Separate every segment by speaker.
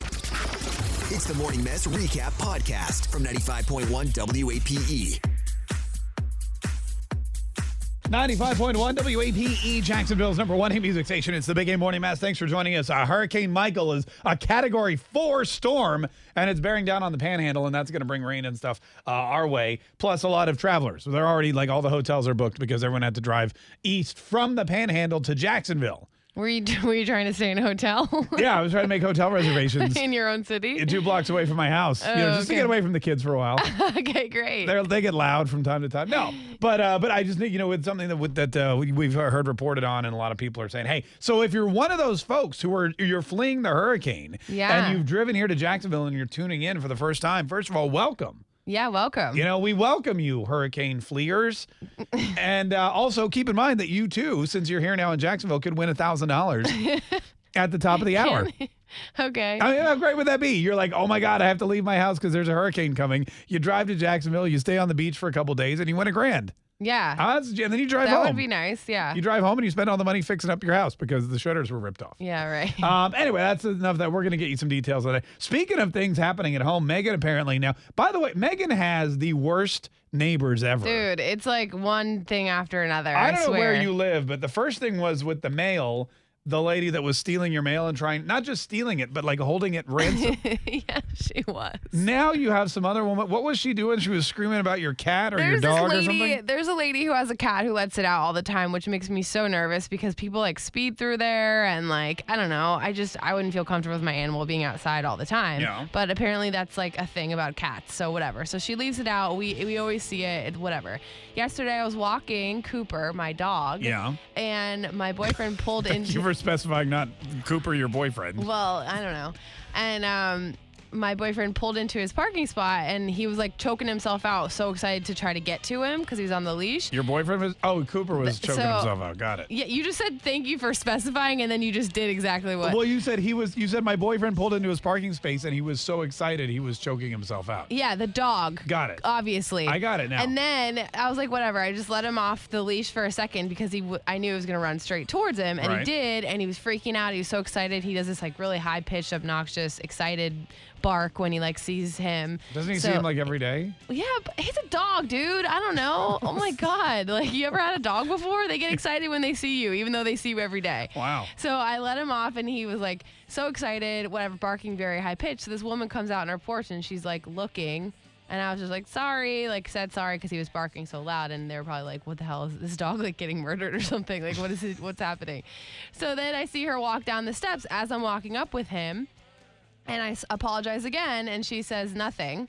Speaker 1: It's the Morning Mess Recap Podcast from 95.1 WAPE.
Speaker 2: 95.1 WAPE E, Jacksonville's number one hit music station. It's the Big A Morning Mass. Thanks for joining us. Uh, Hurricane Michael is a Category 4 storm, and it's bearing down on the Panhandle, and that's going to bring rain and stuff uh, our way, plus a lot of travelers. So they're already, like, all the hotels are booked because everyone had to drive east from the Panhandle to Jacksonville.
Speaker 3: Were you were you trying to stay in a hotel
Speaker 2: Yeah, I was trying to make hotel reservations
Speaker 3: in your own city?
Speaker 2: two blocks away from my house, you know,
Speaker 3: Oh,
Speaker 2: just to
Speaker 3: okay.
Speaker 2: get away from the kids for a while.
Speaker 3: okay, great.
Speaker 2: They're, they get loud from time to time. No, but uh, but I just think you know it's something that would- that uh, we- we've heard reported on, and a lot of people are saying, hey, so if you're one of those folks who are you're fleeing the hurricane,
Speaker 3: Yeah.
Speaker 2: and you've driven here to Jacksonville and you're tuning in for the first time, first of all, welcome.
Speaker 3: yeah, welcome.
Speaker 2: You know, we welcome you, hurricane fleers, and uh, also keep in mind that you too, since you're here now in Jacksonville, could win a thousand dollars at the top of the hour.
Speaker 3: okay.
Speaker 2: I mean, how great would that be? You're like, oh my God, I have to leave my house because there's a hurricane coming. You drive to Jacksonville, you stay on the beach for a couple days, and you win a grand.
Speaker 3: yeah.
Speaker 2: Ah, that's- and then you drive
Speaker 3: that
Speaker 2: home.
Speaker 3: would be nice. Yeah.
Speaker 2: You drive home and you spend all the money fixing up your house because the shutters were ripped off.
Speaker 3: yeah, right.
Speaker 2: Um, anyway, that's enough. That we're going to get you some details on that. Speaking of things happening at home, Megan apparently now. By the way, Megan has the worst neighbors ever.
Speaker 3: Dude, it's like one thing after another. I,
Speaker 2: I don't know
Speaker 3: swear.
Speaker 2: where you live, but the first thing was with the mail. The lady that was stealing your mail and trying not just stealing it, but like holding it ransom.
Speaker 3: yeah, she was.
Speaker 2: Now you have some other woman. What was she doing? She was screaming about your cat or your
Speaker 3: There's
Speaker 2: dog
Speaker 3: this
Speaker 2: or
Speaker 3: lady.
Speaker 2: something.
Speaker 3: There's a lady who has a cat who lets it out all the time, which makes me so nervous because people like speed through there and like I don't know. I just I wouldn't feel comfortable with my animal being outside all the time.
Speaker 2: Yeah.
Speaker 3: But apparently that's like a thing about cats. So whatever. So she leaves it out. We we always see it. it- Whatever. Yesterday I was walking Cooper, my dog.
Speaker 2: Yeah.
Speaker 3: And my boyfriend pulled
Speaker 2: You
Speaker 3: into.
Speaker 2: were specifying not Cooper, your boyfriend.
Speaker 3: Well, I don't know. And um, my boyfriend pulled into his parking spot and he was like choking himself out, so excited to try to get to him because he was on the leash.
Speaker 2: Your boyfriend was. Oh, Cooper was
Speaker 3: But-
Speaker 2: choking
Speaker 3: so-
Speaker 2: himself out. Got it.
Speaker 3: Yeah, you just said thank you for specifying, and then you just did exactly what.
Speaker 2: Well, you said he was. You said my boyfriend pulled into his parking space and he was so excited he was choking himself out.
Speaker 3: yeah, the dog.
Speaker 2: Got it.
Speaker 3: Obviously.
Speaker 2: I got it now.
Speaker 3: And then I was like, whatever. I just let him off the leash for a second because he, w- I knew he was gonna run straight towards him, and
Speaker 2: Right.
Speaker 3: he did. And he was freaking out. He was so excited. He does this like really high pitched, obnoxious, excited bark when he like sees him.
Speaker 2: Doesn't he
Speaker 3: So-
Speaker 2: seem like every day?
Speaker 3: Yeah, but he's a dog, dude. I don't know. Oh my god! Like, you ever had a dog before? They get excited when they see you, even though they see you every day.
Speaker 2: Wow.
Speaker 3: So I let him off, and he was like so excited, whatever, barking very high pitched. So this woman comes out on her porch, and she's like looking, and I was just like sorry, like said sorry because he was barking so loud, and they were probably like, what the hell is this dog like getting murdered or something? Like what is it? What's happening? So then I see her walk down the steps as I'm walking up with him, and I s- apologize again, and she says nothing.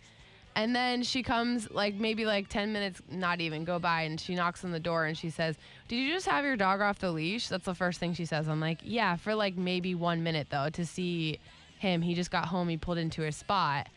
Speaker 3: And then she comes, like maybe like 10 minutes, not even go by, and she knocks on the door and she says, Did you just have your dog off the leash? That's the first thing she says. I'm like, Yeah, for like maybe one minute though, to see him. He just got home, he pulled into his spot.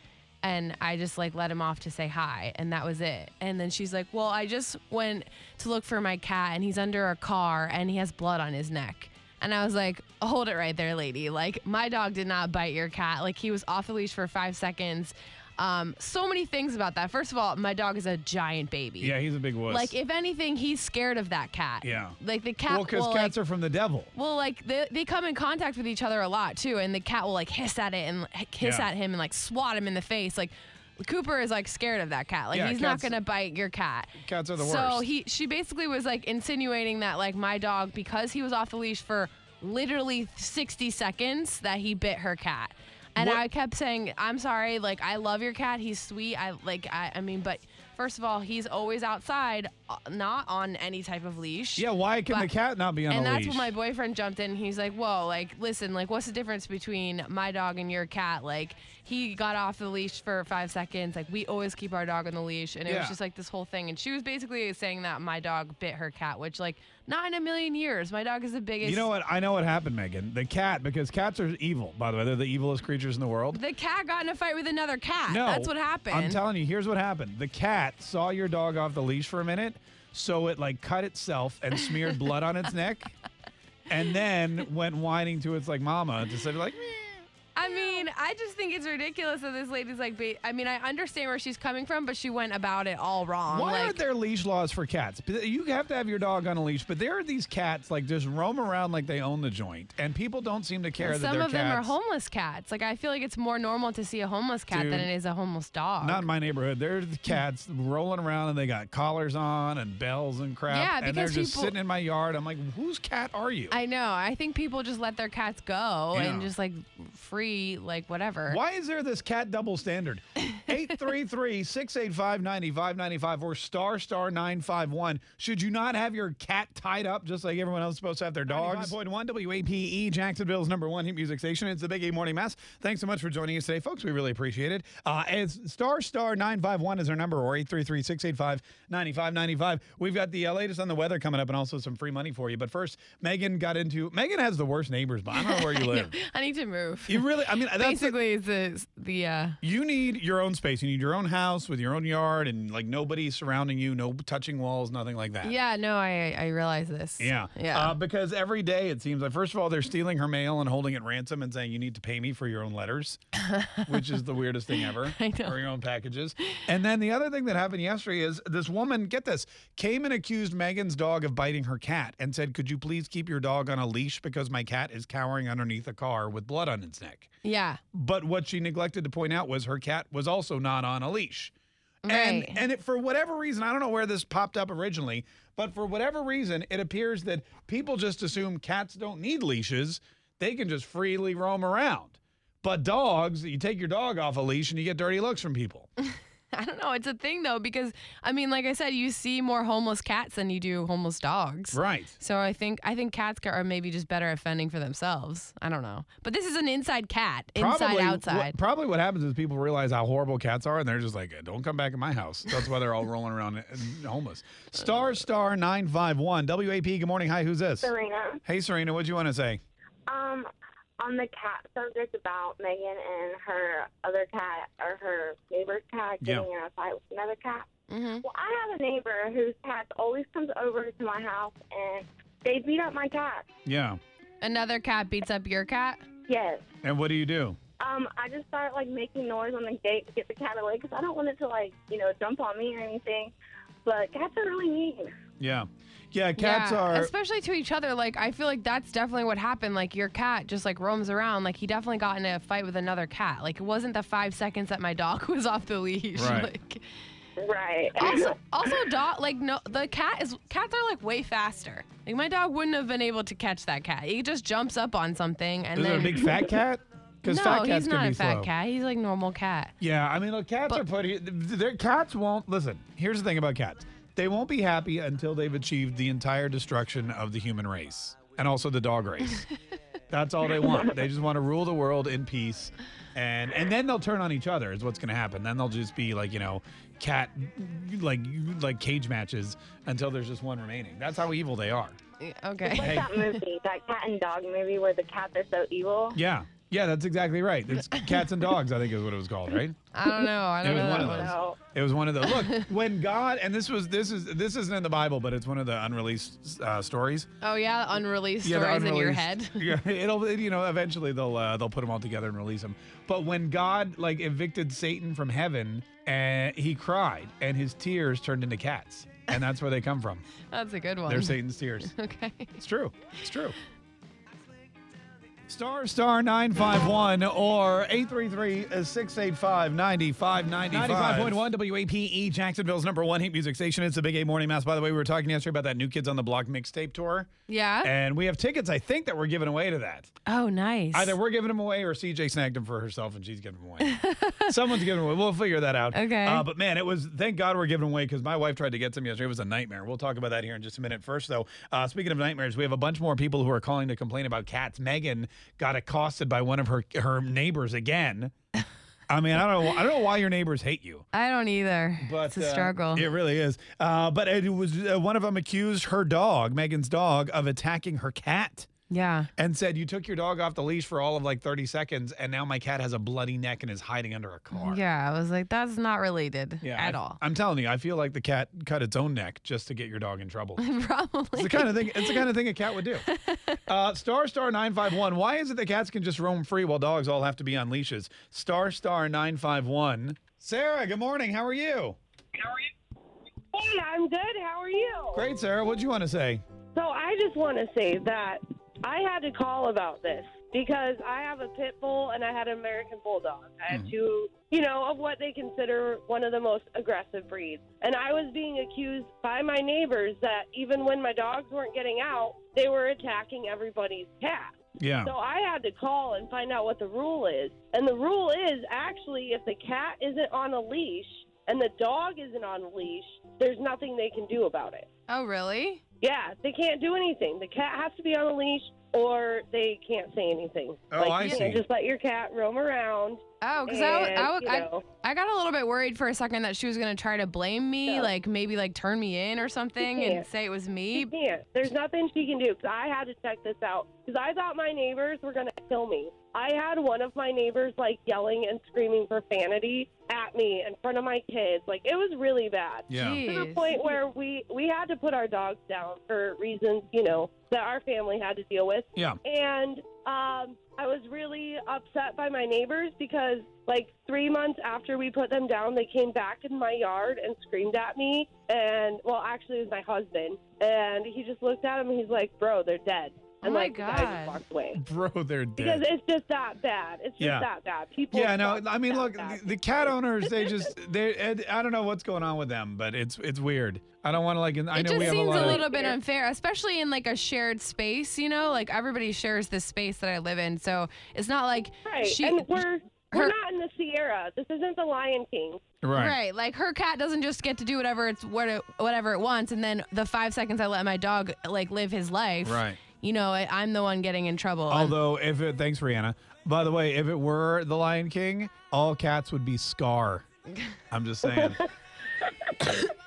Speaker 3: And I just like let him off to say hi, and that was it. And then she's like, Well, I just went to look for my cat, and he's under a car, and he has blood on his neck. And I was like, hold it right there, lady. Like, my dog did not bite your cat. Like, he was off the leash for five seconds. Um, so many things about that. First of all, my dog is a giant baby.
Speaker 2: Yeah, he's a big wuss.
Speaker 3: Like, if anything, he's scared of that cat.
Speaker 2: Yeah.
Speaker 3: Like, the cat
Speaker 2: well, because
Speaker 3: will,
Speaker 2: cats
Speaker 3: like,
Speaker 2: are from the devil.
Speaker 3: well, like they, they come in contact with each other a lot too, and the cat will like hiss at it and h- hiss
Speaker 2: Yeah.
Speaker 3: at him and like swat him in the face. Like Cooper is like scared of that cat. Like
Speaker 2: Yeah,
Speaker 3: he's
Speaker 2: cats-
Speaker 3: not gonna bite your cat.
Speaker 2: Cats are the
Speaker 3: So
Speaker 2: worst.
Speaker 3: he she basically was like insinuating that like my dog because he was off the leash for literally 60 seconds that he bit her cat. And
Speaker 2: What-
Speaker 3: I kept saying, "I'm sorry. Like I love your cat. He's sweet. I like I I mean, but first of all, he's always outside uh, not on any type of leash.
Speaker 2: Yeah, why can the
Speaker 3: But-
Speaker 2: cat not be on
Speaker 3: and
Speaker 2: a
Speaker 3: that's
Speaker 2: leash?
Speaker 3: when my boyfriend jumped in. He's like, "Whoa, like, listen, like, what's the difference between my dog and your cat? Like, he got off the leash for five seconds. Like, we always keep our dog on the leash, and it
Speaker 2: Yeah.
Speaker 3: was just like this whole thing. And she was basically saying that my dog bit her cat, which, like, not in a million years. My dog is the biggest.
Speaker 2: you know what? I know what happened, Megan. The cat, because cats are evil, by the way. They're the evilest creatures in the world.
Speaker 3: The cat got in a fight with another cat.
Speaker 2: No,
Speaker 3: that's what happened.
Speaker 2: I'm telling you, here's what happened. The cat saw your dog off the leash for a minute, so it like cut itself and smeared blood on its neck, and then went whining to its like mama to say like,
Speaker 3: I mean, I just think it's ridiculous that this lady's like. Ba- I mean, I understand where she's coming from, but she went about it all wrong.
Speaker 2: why
Speaker 3: like,
Speaker 2: aren't there leash laws for cats? But You have to have your dog on a leash, but there are these cats like just roam around like they own the joint, and people don't seem to care that
Speaker 3: Some
Speaker 2: they're
Speaker 3: of them are
Speaker 2: cats.
Speaker 3: homeless cats. Like I feel like it's more normal to see a homeless cat
Speaker 2: Dude,
Speaker 3: than it is a homeless dog.
Speaker 2: Not in my neighborhood. There's cats rolling around and they got collars on and bells and crap.
Speaker 3: Yeah,
Speaker 2: and they're
Speaker 3: because
Speaker 2: just
Speaker 3: people-
Speaker 2: sitting in my yard. I'm like, whose cat are you?
Speaker 3: I know. I think people just let their cats go and
Speaker 2: Yeah.
Speaker 3: just like free, like whatever.
Speaker 2: Why is there this cat double standard? 833-685-9595 or star star 951. Should you not have your cat tied up just like everyone else is supposed to have their dogs? 95.1 WAPE, E, Jacksonville's number one hit music station. It's the Big A Morning Mass. Thanks so much for joining us today, folks. We really appreciate it. Uh, it's star star 951 is our number or 833-685-9595. We've got the uh, latest on the weather coming up and also some free money for you. But first, Megan got into... Megan has the worst neighbors, but I don't know where you live.
Speaker 3: I need to move.
Speaker 2: You really, I mean, that's the,
Speaker 3: Basically, it's the the uh,
Speaker 2: you need your own space. You need your own house with your own yard and like nobody surrounding you, no touching walls, nothing like that.
Speaker 3: yeah. No, I I realize this.
Speaker 2: Yeah.
Speaker 3: Yeah.
Speaker 2: Uh, because every day it seems like, first of all, they're stealing her mail and holding it ransom and saying, you need to pay me for your own letters, which is the weirdest thing ever.
Speaker 3: I know.
Speaker 2: Or your own packages. And then the other thing that happened yesterday is this woman, get this, came and accused Megan's dog of biting her cat and said, could you please keep your dog on a leash because my cat is cowering underneath a car with blood on its neck.
Speaker 3: yeah.
Speaker 2: But what she neglected to point out was her cat was also not on a leash.
Speaker 3: Right.
Speaker 2: And and it, for whatever reason, I don't know where this popped up originally, but for whatever reason, it appears that people just assume cats don't need leashes. They can just freely roam around. But dogs, you take your dog off a leash and you get dirty looks from people.
Speaker 3: I don't know. It's a thing though because I mean, like I said, you see more homeless cats than you do homeless dogs.
Speaker 2: right.
Speaker 3: So I think I think cats ca- are maybe just better at fending for themselves. I don't know, but this is an inside cat, inside
Speaker 2: what-
Speaker 3: outside.
Speaker 2: probably what happens is people realize how horrible cats are, and they're just like, "Don't come back in my house." That's why they're all rolling around and homeless. Star star nine five one WAP. Good morning. Hi, who's this?
Speaker 4: Serena,
Speaker 2: Hey, Serena. What do you want to say?
Speaker 4: um, on the cat subject about Megan and her other cat or her neighbor's cat
Speaker 2: Yeah.
Speaker 4: getting in a fight with another cat.
Speaker 3: hmm
Speaker 4: Well, I have a neighbor whose cat always comes over to my house and they beat up my cat.
Speaker 2: Yeah.
Speaker 3: Another cat beats up your cat.
Speaker 4: Yes.
Speaker 2: And what do you do?
Speaker 4: Um, I just started like making noise on the gate to get the cat away because I don't want it to like you know jump on me or anything. But cats are really mean.
Speaker 2: Yeah. Yeah. Cats
Speaker 3: Yeah,
Speaker 2: are.
Speaker 3: especially to each other. Like I feel like that's definitely what happened. Like your cat just like roams around. Like he definitely got in a fight with another cat. Like it wasn't the five seconds that my dog was off the leash.
Speaker 2: Right.
Speaker 3: Like
Speaker 4: Right.
Speaker 3: also, also dog like no the cat is cats are like way faster. Like my dog wouldn't have been able to catch that cat. He just jumps up on something and
Speaker 2: Is it
Speaker 3: then
Speaker 2: a big fat cat? Because
Speaker 3: no,
Speaker 2: fat cats
Speaker 3: he's
Speaker 2: can
Speaker 3: not
Speaker 2: be
Speaker 3: a fat
Speaker 2: slow.
Speaker 3: cat. He's like normal cat.
Speaker 2: Yeah, I mean, look, cats
Speaker 3: But-
Speaker 2: are put here. Their cats won't listen. Here's the thing about cats: they won't be happy until they've achieved the entire destruction of the human race and also the dog race. That's all they want. They just want to rule the world in peace, and and then they'll turn on each other. Is what's going to happen. Then they'll just be like you know, cat like like cage matches until there's just one remaining. That's how evil they are.
Speaker 3: Yeah, Okay.
Speaker 4: What's
Speaker 2: Hey.
Speaker 4: that movie? That cat and dog movie where the cats are so evil.
Speaker 2: Yeah, yeah, that's exactly right. It's cats and dogs. I think is what it was called, right?
Speaker 3: I don't know.
Speaker 2: It
Speaker 3: I don't
Speaker 2: was
Speaker 3: know.
Speaker 2: one
Speaker 3: that
Speaker 2: of
Speaker 3: one.
Speaker 2: those.
Speaker 4: So
Speaker 2: It was one of the look when God and this was this is this isn't in the Bible, but it's one of the unreleased uh, stories.
Speaker 3: Oh yeah, unreleased
Speaker 2: Yeah, the
Speaker 3: stories in your head.
Speaker 2: unreleased- Yeah, it'll it, you know eventually they'll uh, they'll put them all together and release them. But when God like evicted Satan from heaven, and he cried, and his tears turned into cats, and that's where they come from.
Speaker 3: That's a good one.
Speaker 2: They're Satan's tears.
Speaker 3: okay.
Speaker 2: It's true. It's true. Star Star 951 or 833-685-9595. 95.1 WAPE, E, Jacksonville's number one hit music station. It's the Big A Morning Mass. By the way, we were talking yesterday about that New Kids on the Block mixtape tour.
Speaker 3: Yeah.
Speaker 2: And we have tickets, I think, that we're giving away to that.
Speaker 3: oh, nice.
Speaker 2: Either we're giving them away or CJ snagged them for herself and she's giving them away. Someone's giving them away. We'll figure that out.
Speaker 3: Okay.
Speaker 2: Uh, but man, it was, thank God we're giving them away because my wife tried to get some yesterday. It was a nightmare. We'll talk about that here in just a minute. First, though, uh, speaking of nightmares, we have a bunch more people who are calling to complain about cats. Megan got accosted by one of her, her neighbors again. I mean, I don't know. I don't know why your neighbors hate you.
Speaker 3: I don't either.
Speaker 2: But
Speaker 3: it's a
Speaker 2: uh,
Speaker 3: struggle.
Speaker 2: it really is. Uh, but it was uh, one of them accused her dog, Megan's dog, of attacking her cat
Speaker 3: yeah.
Speaker 2: and said, "You took your dog off the leash for all of like 30 seconds, and now my cat has a bloody neck and is hiding under a car."
Speaker 3: Yeah. I was like, that's not related
Speaker 2: Yeah,
Speaker 3: at
Speaker 2: I-
Speaker 3: all.
Speaker 2: I'm telling you, I feel like the cat cut its own neck just to get your dog in trouble. It's
Speaker 3: Probably.
Speaker 2: the kind of thing. It's the kind of thing a cat would do. Uh, star star nine five one. Why is it that cats can just roam free while dogs all have to be on leashes? Star star nine five one. Sarah, good morning. How are you?
Speaker 4: Hey, I'm good. How are you?
Speaker 2: Great, Sarah. What'd you want to say?
Speaker 4: So I just want to say that I had to call about this because I have a pit bull and I had an American bulldog. I had two, you know, of what they consider one of the most aggressive breeds. And I was being accused by my neighbors that even when my dogs weren't getting out, they were attacking everybody's cat.
Speaker 2: Yeah.
Speaker 4: So I had to call and find out what the rule is. And the rule is actually if the cat isn't on a leash and the dog isn't on a leash, there's nothing they can do about it.
Speaker 3: oh, really?
Speaker 4: Yeah, they can't do anything. The cat has to be on a leash, or they can't say anything.
Speaker 2: Oh,
Speaker 4: like,
Speaker 2: I
Speaker 4: you
Speaker 2: see.
Speaker 4: Can't just let your cat roam around.
Speaker 3: Oh, because I,
Speaker 4: and,
Speaker 3: w- I,
Speaker 4: you
Speaker 3: w- I,
Speaker 4: know,
Speaker 3: I got a little bit worried for a second that she was going to try to blame me,
Speaker 4: No.
Speaker 3: like maybe like turn me in or something and
Speaker 4: can't.
Speaker 3: say it was
Speaker 4: she
Speaker 3: me.
Speaker 4: can't. There's nothing she can do. 'cause I had to check this out because I thought my neighbors were gonna kill me. I had one of my neighbors like yelling and screaming profanity at me in front of my kids. Like it was really bad.
Speaker 2: Yeah.
Speaker 4: to the
Speaker 3: Jeez.
Speaker 4: point where we we had to put our dogs down for reasons you know that our family had to deal with
Speaker 2: Yeah.
Speaker 4: and um i was really upset by my neighbors because like three months after we put them down they came back in my yard and screamed at me and well actually it was my husband and he just looked at him and he's like bro they're dead
Speaker 3: Oh
Speaker 4: and
Speaker 3: my
Speaker 4: like i
Speaker 3: God.
Speaker 4: just walked away
Speaker 2: Bro, they're dead.
Speaker 4: because it's just that bad it's just
Speaker 2: Yeah.
Speaker 4: that bad people
Speaker 2: Yeah, no,
Speaker 4: suck
Speaker 2: I mean,
Speaker 4: that
Speaker 2: look,
Speaker 4: bad.
Speaker 2: the, the cat owners, they just, they, and I don't know what's going on with them, but it's, it's weird. I don't want to like, I
Speaker 3: it
Speaker 2: know
Speaker 3: just
Speaker 2: we have
Speaker 3: seems
Speaker 2: a lot
Speaker 3: a
Speaker 2: of,
Speaker 3: little bit unfair, especially in like a shared space. You know, like everybody shares this space that I live in, so it's not like
Speaker 4: right
Speaker 3: she.
Speaker 4: and we're
Speaker 3: her-
Speaker 4: we're not in the sierra this isn't the lion king
Speaker 2: right.
Speaker 3: Right, like her cat doesn't just get to do whatever it's what it, whatever it wants, and then the five seconds I let my dog like live his life,
Speaker 2: Right.
Speaker 3: You know, I, I'm the one getting in trouble. and-
Speaker 2: Although, if it, thanks, Rihanna. By the way, if it were the Lion King, all cats would be Scar. I'm just saying.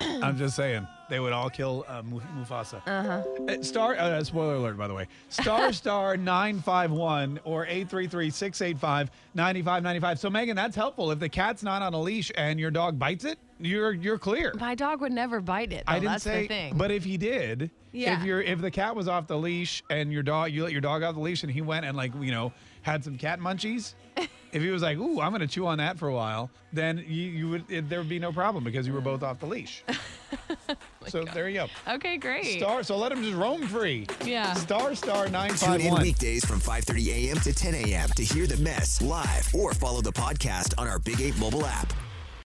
Speaker 2: I'm just saying. They would all kill uh, Mu- Mufasa. Uh-huh. Star, uh, spoiler alert, by the way. Star Star 951 or 833 685 9595. So, Megan, that's helpful. If the cat's not on a leash and your dog bites it, you're you're clear.
Speaker 3: my dog would never bite it. Though.
Speaker 2: I didn't
Speaker 3: Oh, That's
Speaker 2: say,
Speaker 3: the thing.
Speaker 2: but if he did, if
Speaker 3: Yeah.
Speaker 2: your if the cat was off the leash and your dog, you let your dog off the leash and he went and like you know had some cat munchies, if he was like, ooh, I'm gonna chew on that for a while, then you, you would it, there would be no problem because you were both off the leash.
Speaker 3: Oh
Speaker 2: so there you
Speaker 3: okay,
Speaker 2: go.
Speaker 3: great.
Speaker 2: Star, so let him just roam free.
Speaker 3: Yeah.
Speaker 2: Star star nine
Speaker 1: Tune
Speaker 2: five
Speaker 1: in
Speaker 2: one.
Speaker 1: weekdays from 5:30 a.m. to 10 a.m. to hear the mess live or follow the podcast on our Big 8 mobile app.